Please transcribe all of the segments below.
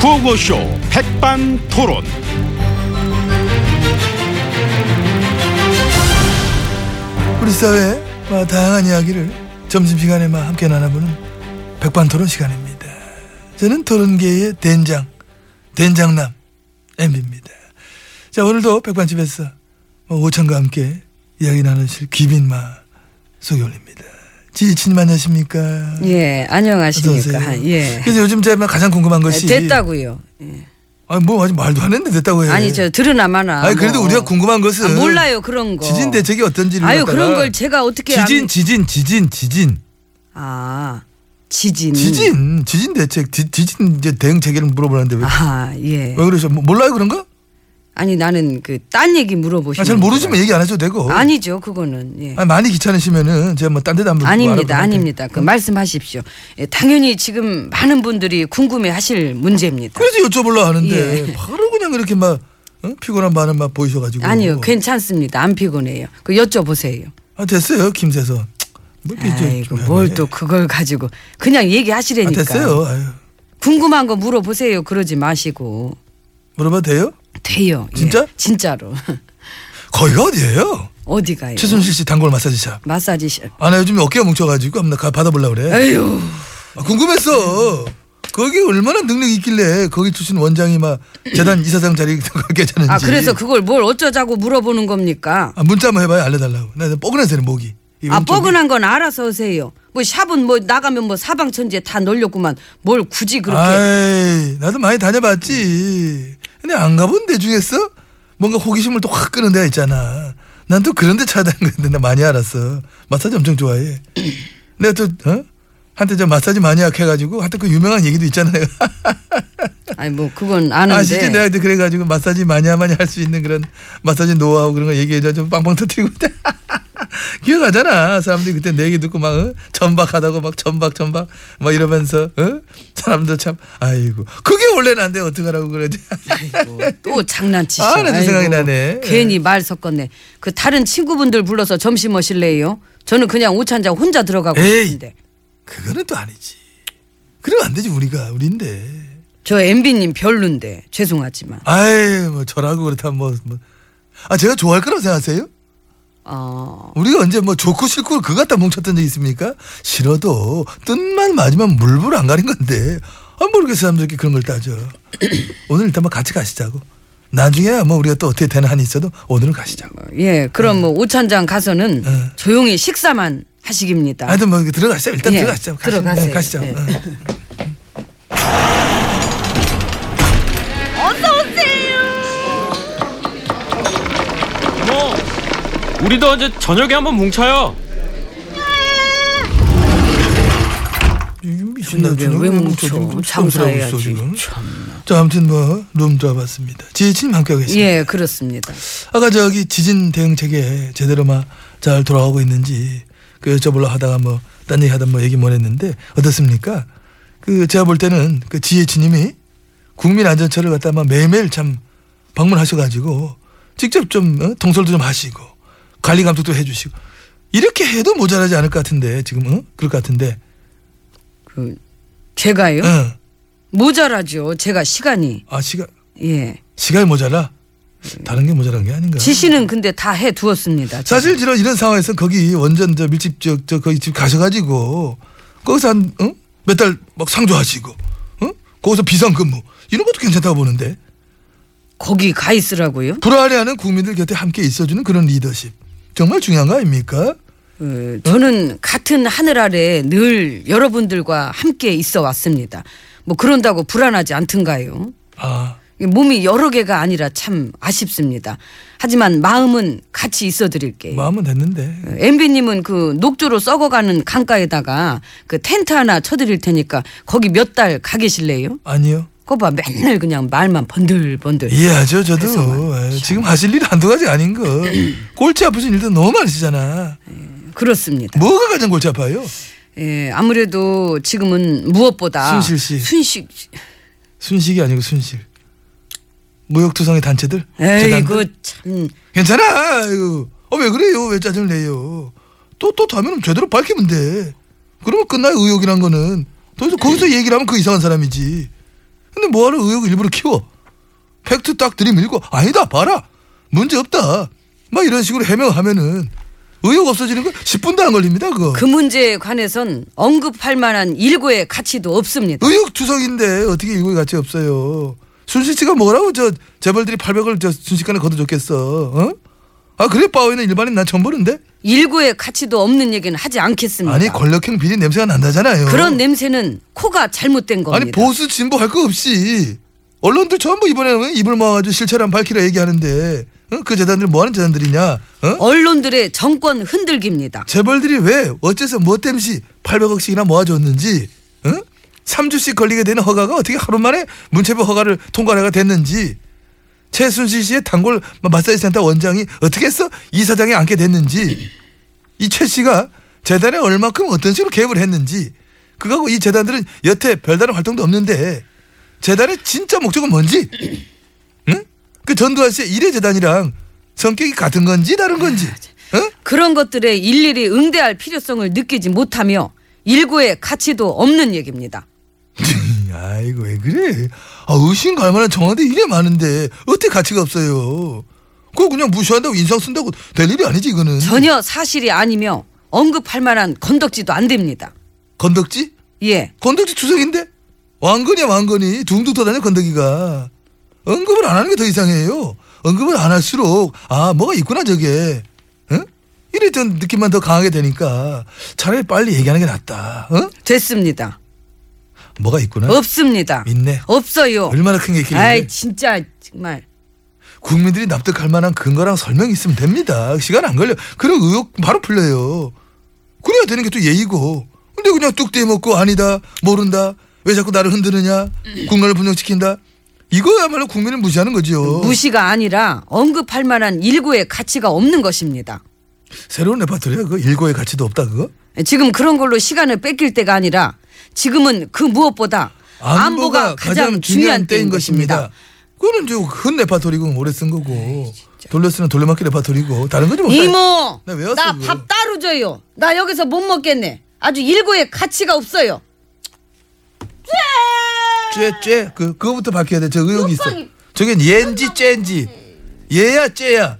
구호쇼 백반토론. 우리 사회의 뭐, 다양한 이야기를 점심시간에 막 함께 나눠보는 백반토론 시간입니다. 저는 토론계의 된장, 된장남 엠비입니다. 자 오늘도 백반집에서 뭐, 오천과 함께 이야기 나누실 귀빈마 소개 올립니다. 지친님 안녕하십니까? 예, 어서 안녕하십니까. 오세요. 예. 네, 그래서 요즘 제가 가장 궁금한 것이 됐다고요. 아니 뭐 아직 말도 안 했는데 됐다고 해요. 아니 저 들으나마나. 예. 아니 그래도 뭐. 우리가 궁금한 것은 아, 몰라요 그런 거. 지진 대책이 어떤지를 아유 갖다가 그런 걸 제가 어떻게 지진 안... 지진 지진 지진 아 지진. 지진 지진 대책 지, 진 이제 대응 체계를 물어보는데 왜, 아 예. 왜 그러셔? 뭐, 몰라요 그런 거? 아니 나는 그 딴 얘기 물어보시면. 아, 잘 모르시면 얘기 안 하셔도 되고. 아니죠 그거는. 예. 아니, 많이 귀찮으시면은 제가 뭐 딴 데도 안 물어보고 알아보고 아닙니다, 아닙니다. 그 말씀하십시오. 예, 당연히 지금 많은 분들이 궁금해하실 문제입니다. 그래서 여쭤보려 하는데 예. 바로 그냥 그렇게 막 어? 피곤한 반응 막 보이셔가지고. 아니요, 괜찮습니다. 안 피곤해요. 그 여쭤보세요. 아, 됐어요 김세선. 뭐 이렇게 아이고 좀 뭘 하네. 또 그러니까. 그걸 가지고 그냥 아, 얘기하시라니까. 됐어요. 아유. 궁금한 거 물어보세요. 그러지 마시고. 물어봐도 돼요? 돼요. 예. 진짜? 진짜로. 거기가 어디예요? 어디 가요? 최순실 씨 단골 마사지샵. 마사지실. 아, 나 요즘 어깨가 뭉쳐가지고 한번 가 받아보려고 그래. 에휴. 아, 궁금했어. 거기 얼마나 능력이 있길래 거기 출신 원장이 막 재단 이사장 자리 괜찮은지. 아 그래서 그걸 뭘 어쩌자고 물어보는 겁니까? 아, 문자 한번 해봐요. 알려달라고. 나 뻐근해서는 목이. 이 아 왼쪽이. 뻐근한 건 알아서 오세요. 뭐 샵은 뭐 나가면 뭐 사방천지에 다 널렸구만. 뭘 굳이 그렇게? 아이, 나도 많이 다녀봤지. 근데 안 가본 데 중에서 뭔가 호기심을 또 확 끄는 데가 있잖아. 난 또 그런 데 찾아다니는데 나 많이 알았어. 마사지 엄청 좋아해. 내가 또 어? 한때 저 마사지 마니악 해가지고 한때 그 유명한 얘기도 있잖아 내가. 아니 뭐 그건 아는데. 아 진짜 내가 그때 그래가지고 마사지 많이 하만이 할 수 있는 그런 마사지 노하우 그런 거 얘기해줘 좀 빵빵 터뜨리고 기억하잖아 사람들이 그때 내 얘기 듣고 막 어? 전박하다고 막 전박 전박 막 이러면서 어? 사람들 참 아이고 그게 원래는 안돼 어떡하라고 그러지 또 장난치셔. 아, 나도 생각이 아이고, 나네. 괜히 말 섞었네. 그 다른 친구분들 불러서 점심 뭐 오실래요? 저는 그냥 오찬장 혼자 들어가고 에이. 싶은데. 그거는 또 아니지 그러면 안 되지 우리가 우리인데 저 MB님 별론데 죄송하지만. 아이 뭐 저라고 그렇다 뭐, 뭐. 아 제가 좋아할 거라고 생각하세요? 어. 우리가 언제 뭐 좋고 싫고 그거 갖다 뭉쳤던 적 있습니까? 싫어도 뜻만 맞으면 물불 안 가린 건데 아 모르겠어 사람들끼리 그런 걸 따져 오늘 일단 뭐 같이 가시자고 나중에 뭐 우리가 또 어떻게 되는 한이 있어도 오늘은 가시자고 예, 그럼 뭐 오찬장 가서는 응. 조용히 식사만 하시깁니다. 하여튼 뭐 들어가시자 일단 예, 들어가시자 가시- 들어가세요. 네, 어. 가시자 예. 어. 뭐 우리도 언제 저녁에 한번 뭉쳐요. 신나 저녁에 왜 뭉쳐? 장사해야지, 자 아무튼 뭐룸 들어봤습니다 지혜진님 함께하고 계십니다 예, 그렇습니다. 아까 저기 지진 대응 체계 제대로 막 잘 돌아가고 있는지 그 여쭤보려 하다가 뭐 딴 얘기 하다 뭐 얘기 못 했는데 어떻습니까? 그 제가 볼 때는 그 지혜치님이 국민안전처를 갖다 막 매일매일 참 방문하셔가지고 직접 좀 어? 통솔도 좀 하시고 관리 감독도 해주시고 이렇게 해도 모자라지 않을 것 같은데 지금 어? 그럴 것 같은데 그 제가요? 응. 모자라죠. 제가 시간이. 아 시간 예. 시간이 모자라 다른 게 모자란 게 아닌가? 지시는 근데 다 해 두었습니다. 제가. 네. 사실 이런 이런 상황에서 거기 원전 저 밀집 지역 저 거기 집 가셔가지고 거기서 한몇 달 막 상주하시고 어? 거기서 비상근무 이런 것도 괜찮다고 보는데 거기 가 있으라고요? 불안해하는 국민들 곁에 함께 있어주는 그런 리더십 정말 중요한 거 아닙니까? 어, 저는 같은 하늘 아래 늘 여러분들과 함께 있어 왔습니다. 뭐 그런다고 불안하지 않던가요? 아 이 몸이 여러 개가 아니라 참 아쉽습니다. 하지만 마음은 같이 있어 드릴게요. 마음은 됐는데 엠비님은 그 녹조로 썩어가는 강가에다가 그 텐트 하나 쳐드릴 테니까 거기 몇 달 가 계실래요? 아니요 그거 봐 맨날 그냥 말만 번들번들 이해하죠 저도 그래서 예, 지금 하실 일 한두 가지 아닌 거 골치 아프신 일도 너무 많으시잖아 그렇습니다. 뭐가 가장 골치 아파요? 예, 아무래도 지금은 무엇보다 순실 씨. 순식 순식이 아니고 순실 무역투성의 단체들 재단들? 에이구 그 참 괜찮아. 이거. 어, 왜 그래요? 왜 짜증을 내요? 또, 또 다면 제대로 밝히면 돼. 그러면 끝나요, 의혹이란 거는. 도대체 거기서 얘기를 하면 그 이상한 사람이지. 근데 뭐하러 의욕을 일부러 키워? 팩트 딱 들이밀고 아니다 봐라 문제 없다 막 이런 식으로 해명하면은 의욕 없어지는 거 10분도 안 걸립니다 그거 그 문제에 관해선 언급할 만한 일고의 가치도 없습니다. 의욕 투성인데 어떻게 일고의 가치 없어요 순식간에 뭐라고 저 재벌들이 800을 저 순식간에 거둬줬겠어 어? 아 그래 빠오이는 일반인 난 처음 보는데 일고의 가치도 없는 얘기는 하지 않겠습니다. 아니 권력형 비리 냄새가 난다잖아요 음. 그런 냄새는 코가 잘못된 겁니다. 아니 보수 진보 할 거 없이 언론들 전부 이번에는 입을 모아가지고 실체란 밝히라 얘기하는데 어? 그 재단들 뭐하는 재단들이냐 어? 언론들의 정권 흔들기입니다. 재벌들이 왜 어째서 뭐 땜시 800억씩이나 모아줬는지 응? 3주씩 걸리게 되는 허가가 어떻게 하루 만에 문체부 허가를 통과가 됐는지 최순실 씨의 단골 마사지 센터 원장이 어떻게 해서 이사장에 앉게 됐는지 이 최 씨가 재단에 얼마큼 어떤 식으로 개입을 했는지 그거하고 이 재단들은 여태 별다른 활동도 없는데 재단의 진짜 목적은 뭔지 응? 그 전두환 씨의 이례 재단이랑 성격이 같은 건지 다른 건지 응? 그런 것들에 일일이 응대할 필요성을 느끼지 못하며 일고의 가치도 없는 얘기입니다. 음, 아이고 왜 그래? 아 의심 갈 만한 청와대 일이 많은데 어떻게 가치가 없어요? 그거 그냥 무시한다고 인상 쓴다고 될 일이 아니지 이거는. 전혀 사실이 아니며 언급할 만한 건덕지도 안 됩니다. 건덕지? 예. 건덕지 추석인데? 왕건이야 왕건이 둥둥 떠다녀 건덕이가. 언급을 안 하는 게 더 이상해요. 언급을 안 할수록 아 뭐가 있구나 저게. 응? 이래 전 느낌만 더 강하게 되니까 차라리 빨리 얘기하는 게 낫다. 응? 됐습니다. 뭐가 있구나. 없습니다. 있네. 없어요. 네? 얼마나 큰 게 있길래. 어. 아이 진짜 정말 국민들이 납득할 만한 근거랑 설명이 있으면 됩니다. 시간 안 걸려. 그럼 의혹 바로 풀려요. 그래야 되는 게 또 예의고. 근데 그냥 뚝 떼먹고 아니다, 모른다, 왜 자꾸 나를 흔드느냐, 국가를 분열시킨다. 이거야말로 국민을 무시하는 거지요. 무시가 아니라 언급할 만한 일고의 가치가 없는 것입니다. 새로운 레파토리야. 그 일고의 가치도 없다 그거. 지금 그런 걸로 시간을 뺏길 때가 아니라 지금은 그 무엇보다 안보가, 가장, 중요한 때인 것입니다. 그거는 저흔 레파토리고 오래 쓴 거고 돌려쓰는 돌려막기 레파토리고 다른 거지 뭐. 이모, 나 외웠어, 나 그거. 밥 따로 줘요. 나 여기서 못 먹겠네. 아주 일고의 가치가 없어요. 쨔쨔 그 그거부터 밝혀야 돼. 저 의혹이 있어. 저게 얘인지 쨔인지 얘야 쨔야.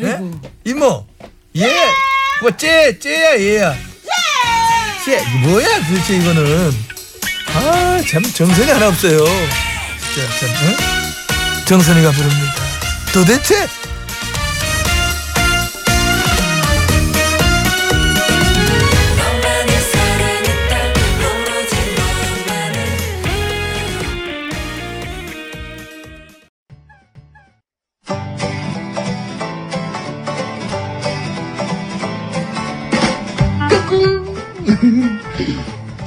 예? 이모 얘. 뭐쨔 쨔야 얘야. 쨔. 이게 뭐야 도대체 이거는. 아 참 정선이 하나 없어요. 진짜 참. 응? 정선이가 부릅니다. 도대체 너만을 사랑했다 오로지 너만을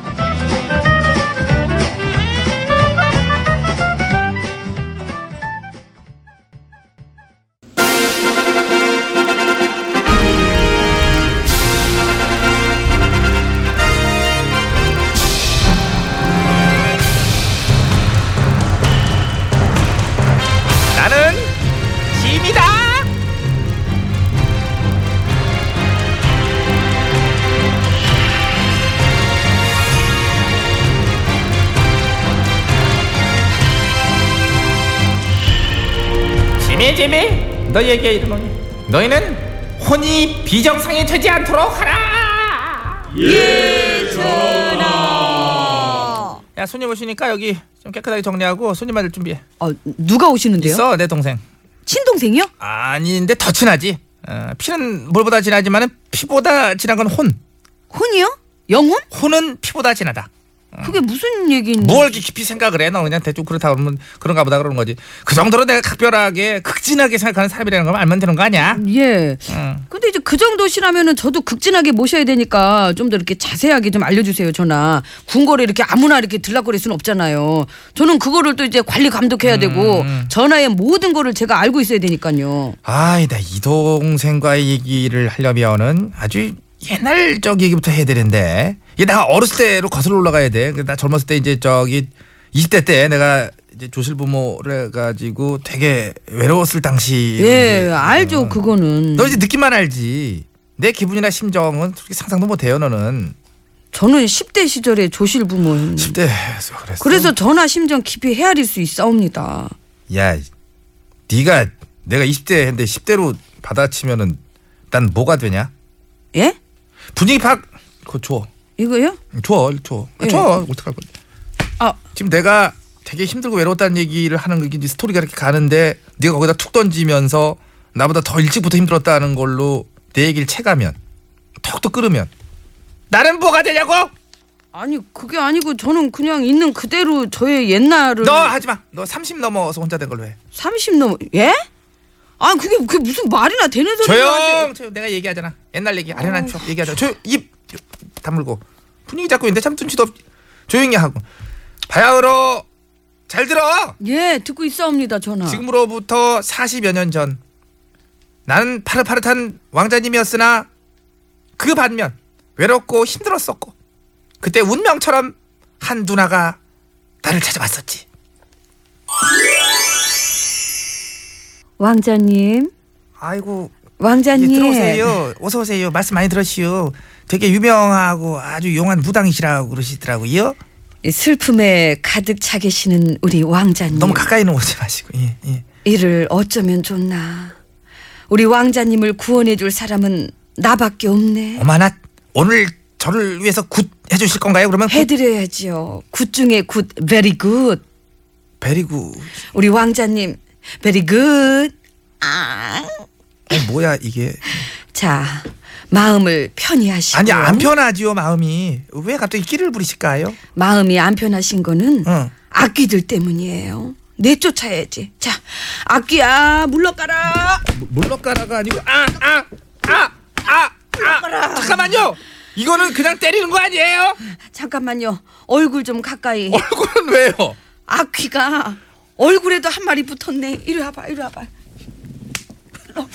나는 짐이다. 지미 지미 너희에게 이르노니 너희는 혼이 비정상에 처지 않도록 하라 야 손님 오시니까 여기 좀 깨끗하게 정리하고 손님 맞을 준비해 어, 누가 오시는데요? 있어 내 동생 친동생이요? 아닌데 더 친하지 어, 피는 물보다 진하지만은 피보다 진한 건 혼 혼이요? 영혼? 혼은 피보다 진하다 그게 무슨 얘기인지. 뭘 이렇게 깊이 생각을 해? 너 그냥 대충 그렇다 그러면 그런가 보다 그러는 거지. 그 정도로 내가 각별하게 극진하게 생각하는 사람이라는 걸 알면 되는 거 아니야? 예. 응. 근데 이제 그 정도시라면은 저도 극진하게 모셔야 되니까 좀 더 이렇게 자세하게 좀 알려주세요, 전화. 군거를 이렇게 아무나 이렇게 들락거릴 수는 없잖아요. 저는 그거를 또 이제 관리 감독해야 되고 음. 전화의 모든 거를 제가 알고 있어야 되니까요. 아이 나 이 동생과의 얘기를 하려면은 아주 옛날 적 얘기부터 해야 되는데 이게 내가 어렸을 때로 거슬러 올라가야 돼. 그나 젊었을 때 이제 저기 20대 때 내가 이제 조실 부모를 해 가지고 되게 외로웠을 당시. 예, 알죠, 그거는. 음. 너 이제 느낌만 알지. 내 기분이나 심정은 솔직히 상상도 못 해요, 너는. 저는 10대 시절에 조실 부모인. 10대에서 그랬어. 그래서 전화 심정 깊이 헤아릴 수 있사옵니다. 야, 네가 내가 20대 했는데 10대로 받아치면은 난 뭐가 되냐? 예? 분위기 파악 음, 그거 줘. 이거요? 줘, 줘. 예. 줘. 어떡할 건데. 아. 지금 내가 되게 힘들고 외로웠다는 얘기를 하는 게 이제 스토리가 이렇게 가는데 네가 거기다 툭 던지면서 나보다 더 일찍부터 힘들었다는 걸로 내 얘기를 채가면 턱도 끌으면 나는 뭐가 되냐고? 아니, 그게 아니고 저는 그냥 있는 그대로 저의 옛날을. 너 하지 마. 너 30 넘어서 혼자 된 걸로 해. 30 넘어 예? 아 그게 그게 무슨 말이나 되는 소리야. 어, 조용. 조용. 내가 얘기하잖아. 옛날 얘기 아련한 추억 얘기하자. 조용. 입 다물고 분위기 잡고 있는데 참 눈치도 없. 조용히 하고. 바야흐로 잘 들어. 예 듣고 있사옵니다 어. 전화. 지금으로부터 40여 년 전. 나는 파릇파릇한 왕자님이었으나 그 반면 외롭고 힘들었었고 그때 운명처럼 한 누나가 나를 찾아왔었지. 왕자님 아이고 예, 왕자님 들어오세요. 어서 오세요. 말씀 많이 들으시오. 되게 유명하고 아주 용한 무당이시라고 그러시더라고요. 이 슬픔에 가득 차 계시는 우리 왕자님 너무 가까이는 오지 마시고. 예, 예. 이를 어쩌면 좋나. 우리 왕자님을 구원해줄 사람은 나밖에 없네. 어마나 오늘 저를 위해서 굿 해주실 건가요? 그러면 굿 해드려야지요. 굿 중에 굿 베리 굿. 베리구. 우리 왕자님 베리 굿. 어, 뭐야 이게? 자 마음을 편히 하시고 아니 안 편하지요 마음이. 왜 갑자기 끼를 부리실까요? 마음이 안 편하신 거는 응. 악귀들 때문이에요. 내쫓아야지. 자, 악귀야 물러가라. 뭐, 물러가라가 아니고 아아아아 아, 아, 아. 잠깐만요. 이거는 그냥 때리는 거 아니에요? 예. 잠깐만요. 얼굴 좀 어. 가까이. 얼굴은 왜요? 악귀가 얼굴에도 한 마리 붙었네. 이리 와봐, 이리 와봐. 일로 와봐.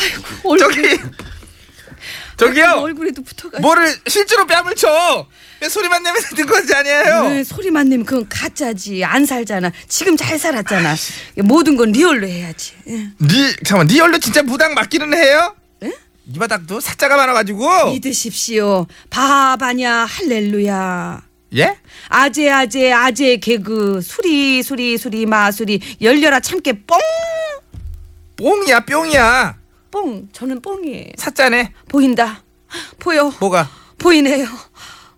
아이고, 얼굴, 저기 저기요. 얼굴에도 붙어가지고. 뭐를 실제로 뺨을 쳐. 왜 소리만 내면 되는 건지 아니에요. 왜 소리만 내면 그건 가짜지. 안 살잖아. 지금 잘 살았잖아. 모든 건 리얼로 해야지. 예. 니 잠깐만 니 얼른 진짜 무당 맞기는 해요? 이 바닥도 사자가 많아가지고 믿으십시오. 바바냐 할렐루야. 예? 아재 아재 아재 개그 수리 수리 수리 마수리 열려라 참깨 뽕이야 뿅이야 뽕뽕 저는 뽕이에요 사자네 보인다 보여 뭐가 보이네요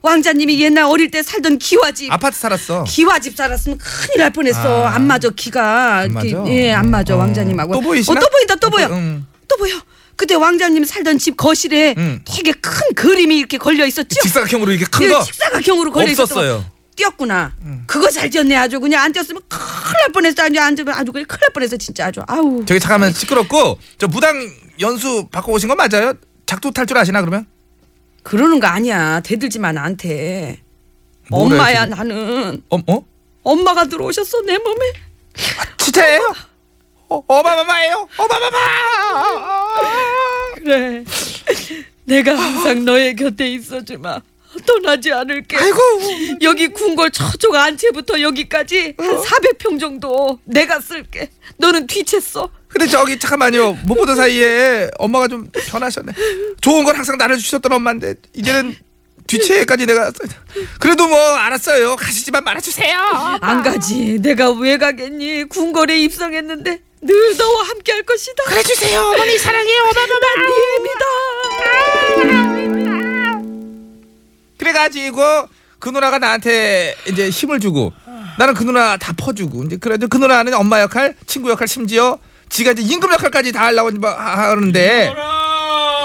왕자님이 옛날 어릴 때 살던 기와집 아파트 살았어 기와집 살았으면 큰일 날 뻔했어 아. 안 맞아 기가 안 맞아? 예안 맞아 어. 왕자님하고 또 보이시나? 어, 또 보인다 또 보여 또 보- 음. 또 보여 그때 왕자님 살던 집 거실에 음. 되게 큰 그림이 이렇게 걸려 있었죠 직사각형으로 이렇게 예, 큰거 직사각형으로 걸려 없었어요. 있었어요. 뛰었구나. 그거 잘 지었네 아주 그냥 안 뛰었으면 큰일 날 뻔했어. 아주 안 뛰면 아주 그냥 큰일 날 뻔했어 진짜 아주. 아우. 저기 잠깐만 시끄럽고 저 무당 연수 받고 오신 거 맞아요? 작두 탈 줄 아시나 그러면? 그러는 거 아니야. 대들지마 나한테. 뭐래, 엄마야 지금? 나는 어? 어? 엄마가 들어오셨어 내 몸에. 진짜예요? 어, 어마마마예요? 어마마마! 그래. 내가 항상 너의 곁에 있어주마. 떠나지 않을게. 아이고 여기 궁궐 저쪽 안채부터 여기까지 어? 한 400평 정도 내가 쓸게. 너는 뒤쳤어. 근데 저기 잠깐만요 못 보던 사이에 엄마가 좀 변하셨네 좋은 건 항상 나를 주셨던 엄마인데 이제는 뒤채까지 내가 그래도 뭐 알았어요 가시지만 말아주세요 안 가지. 내가 왜 가겠니? 궁궐에 입성했는데 늘 너와 함께 할 것이다. 그래 주세요. 어머니 사랑해요. 어머니 믿어. 그래가지고 그 누나가 나한테 이제 힘을 주고 나는 그 누나 다 퍼주고 이제 그래도 그 누나는 엄마 뭐 역할, 친구 역할 심지어 지가 이제 임금 역할까지 다 하려고 막 하- 하는데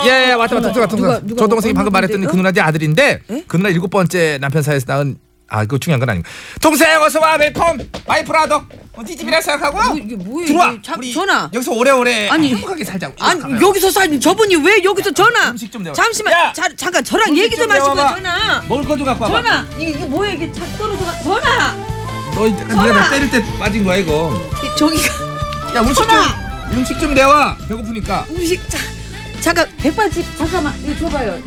예, 예, 왔다 왔다 왔다 왔다. 누가, 어? 예? 누가 저 동생이 얼굴 방금 말했던 보는데요? 그 누나 네 아들인데 에? 그 누나 일곱 번째 남편 사이에서 낳은 아 그거 중요한 건 아니고 동생 어서 와 웰컴 마이 프라더 니집이라 생각하고 뭐, 이게 뭐야, 아! 들어와 이게 자- 우리 전화. 여기서 오래오래 아니. 행복하게 살자고 아니 가봐요. 여기서 사진 저분이 왜 여기서 전화? 음식 좀 내와. 잠시만 야! 자, 잠깐 저랑 얘기 좀 좀 하시고 내와봐. 전화. 먹을 것도 갖고 와봐 전화 이게, 이게 뭐야 이게 자꾸 떨어져가 전화 너 이제 네가 전화! 나 때릴 때 빠진 거야 이거 이- 저기가 야 음식 전화! 좀 음식 좀 내와 배고프니까 음식 자, 잠깐 백반집 잠깐만 이거 줘봐요.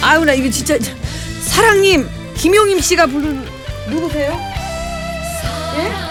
아유 나 이거 진짜 자, 사랑님 김용임 씨가 부르는 누구세요? 예?